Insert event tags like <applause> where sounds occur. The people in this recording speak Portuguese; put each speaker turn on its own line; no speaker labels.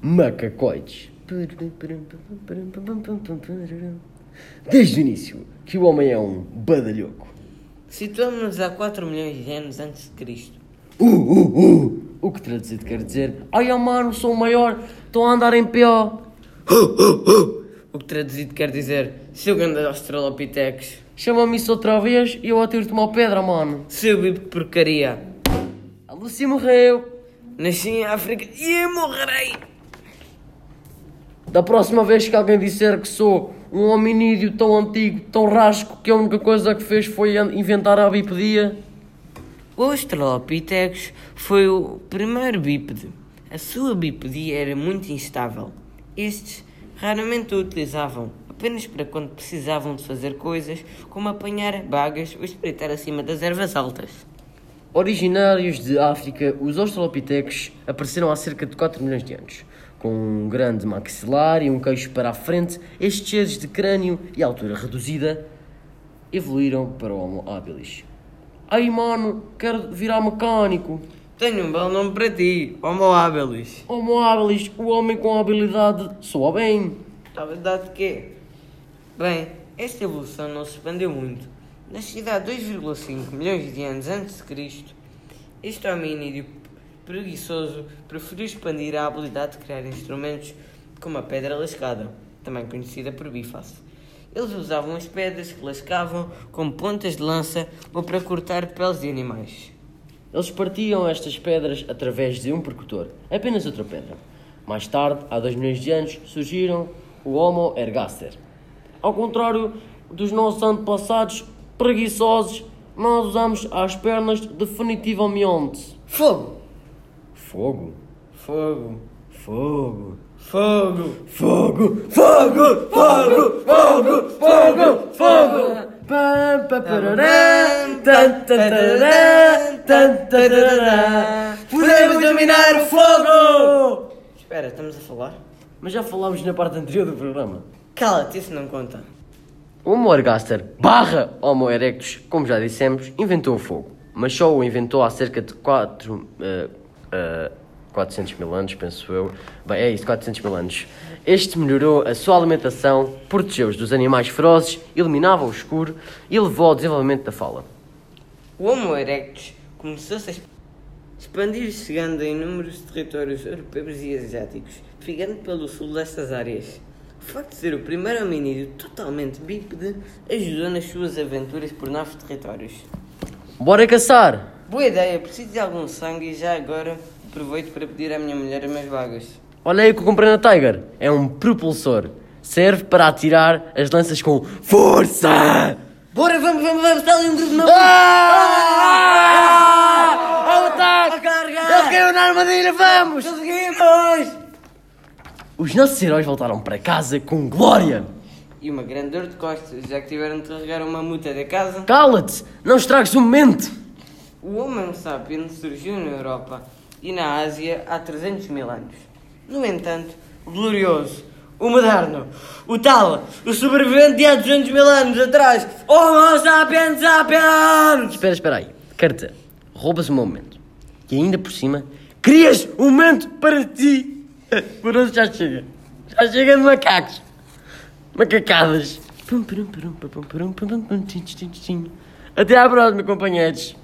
macacoides. Desde o início que o homem é um badalhoco.
Situamos-nos a 4 milhões de anos antes de Cristo.
Uh, uh, uh. O que traduzido quer dizer, ai amar, sou o maior, estou a andar em pior.
O que traduzido quer dizer, seu grande Australopithecus,
Chama-me isso outra vez e eu atiro-te uma pedra, mano.
seu bico de porcaria,
A Lucy morreu.
nasci em África e eu morrerei.
Da próxima vez que alguém disser que sou um hominídeo tão antigo, tão rasco, que a única coisa que fez foi an- inventar a bipedia,
O Australopithecus foi o primeiro bípede. A sua bipedia era muito instável. Estes raramente o utilizavam, apenas para quando precisavam de fazer coisas como apanhar bagas ou espreitar acima das ervas altas.
Originários de África, os Australopithecus apareceram há cerca de 4 milhões de anos. Com um grande maxilar e um queixo para a frente, estes seres de crânio e altura reduzida evoluíram para o Homo habilis. Ai mano, quero virar mecânico.
Tenho um belo nome para ti, Homo habilis.
Homo habilis, o homem com habilidade, soa bem.
A verdade que é. Bem, esta evolução não se expandeu muito. Nascida há 2,5 milhões de anos antes de Cristo, este hominídeo preguiçoso preferiu expandir a habilidade de criar instrumentos como a pedra lascada, também conhecida por bifácio. Eles usavam as pedras que lascavam como pontas de lança ou para cortar peles de animais.
Eles partiam estas pedras através de um percutor, apenas outra pedra. Mais tarde, há 2 milhões de anos, surgiram o Homo ergaster. Ao contrário dos nossos antepassados preguiçosos, nós usamos as pernas definitivamente.
Fogo!
Fogo,
Fogo!
fogo,
Fogo!
fogo, fogo, fogo, fogo, fogo, fogo. Pam, pam, parará, tan, tan, tarará, tan, tarará. Podemos dominar o fogo!
Espera, estamos a falar?
Mas já falámos na parte anterior do programa.
Cala-te, isso não conta.
O Homo ergaster barra Homo erectus, como já dissemos, inventou o fogo. Mas só o inventou há cerca de 4... 400 mil anos, penso eu. Bem, é isso, 400 mil anos. Este melhorou a sua alimentação, protegeu-os dos animais ferozes, eliminava o escuro e levou ao desenvolvimento da fala.
O Homo erectus começou-se a exp- expandir, chegando a inúmeros territórios europeus e asiáticos, ficando pelo sul destas áreas. O facto de ser o primeiro hominídeo totalmente bípede ajudou nas suas aventuras por novos territórios.
Bora caçar!
Boa ideia, preciso de algum sangue e já agora aproveito para pedir à minha mulher as minhas vagas.
Olha aí o que eu comprei na Tiger. É um propulsor. Serve para atirar as lanças com força!
Bora, vamos, vamos, vamos, está ali um grupo novo!
Ah! Ao ataque! Ele caiu na armadilha, vamos!
Conseguimos!
Os nossos heróis voltaram para casa com glória!
E uma grande dor de costas, já que tiveram de carregar uma muta da casa.
Cala-te! Não estragues o momento!
O Homo sapiens surgiu na Europa e na Ásia há 300 mil anos. No entanto, o glorioso, o moderno, o tal, o sobrevivente de há 200 mil anos atrás, Homo sapiens sapiens!
Espera, espera aí. Quero dizer, roubas o meu momento. E ainda por cima, crias um momento para ti! <laughs> Por hoje já chega. Já chega de macacos. Macacadas. Pum, pum, pum, pum, pum, pum, pum, pum, pum, tim, tim, tim, tim. Até à próxima, companheiros.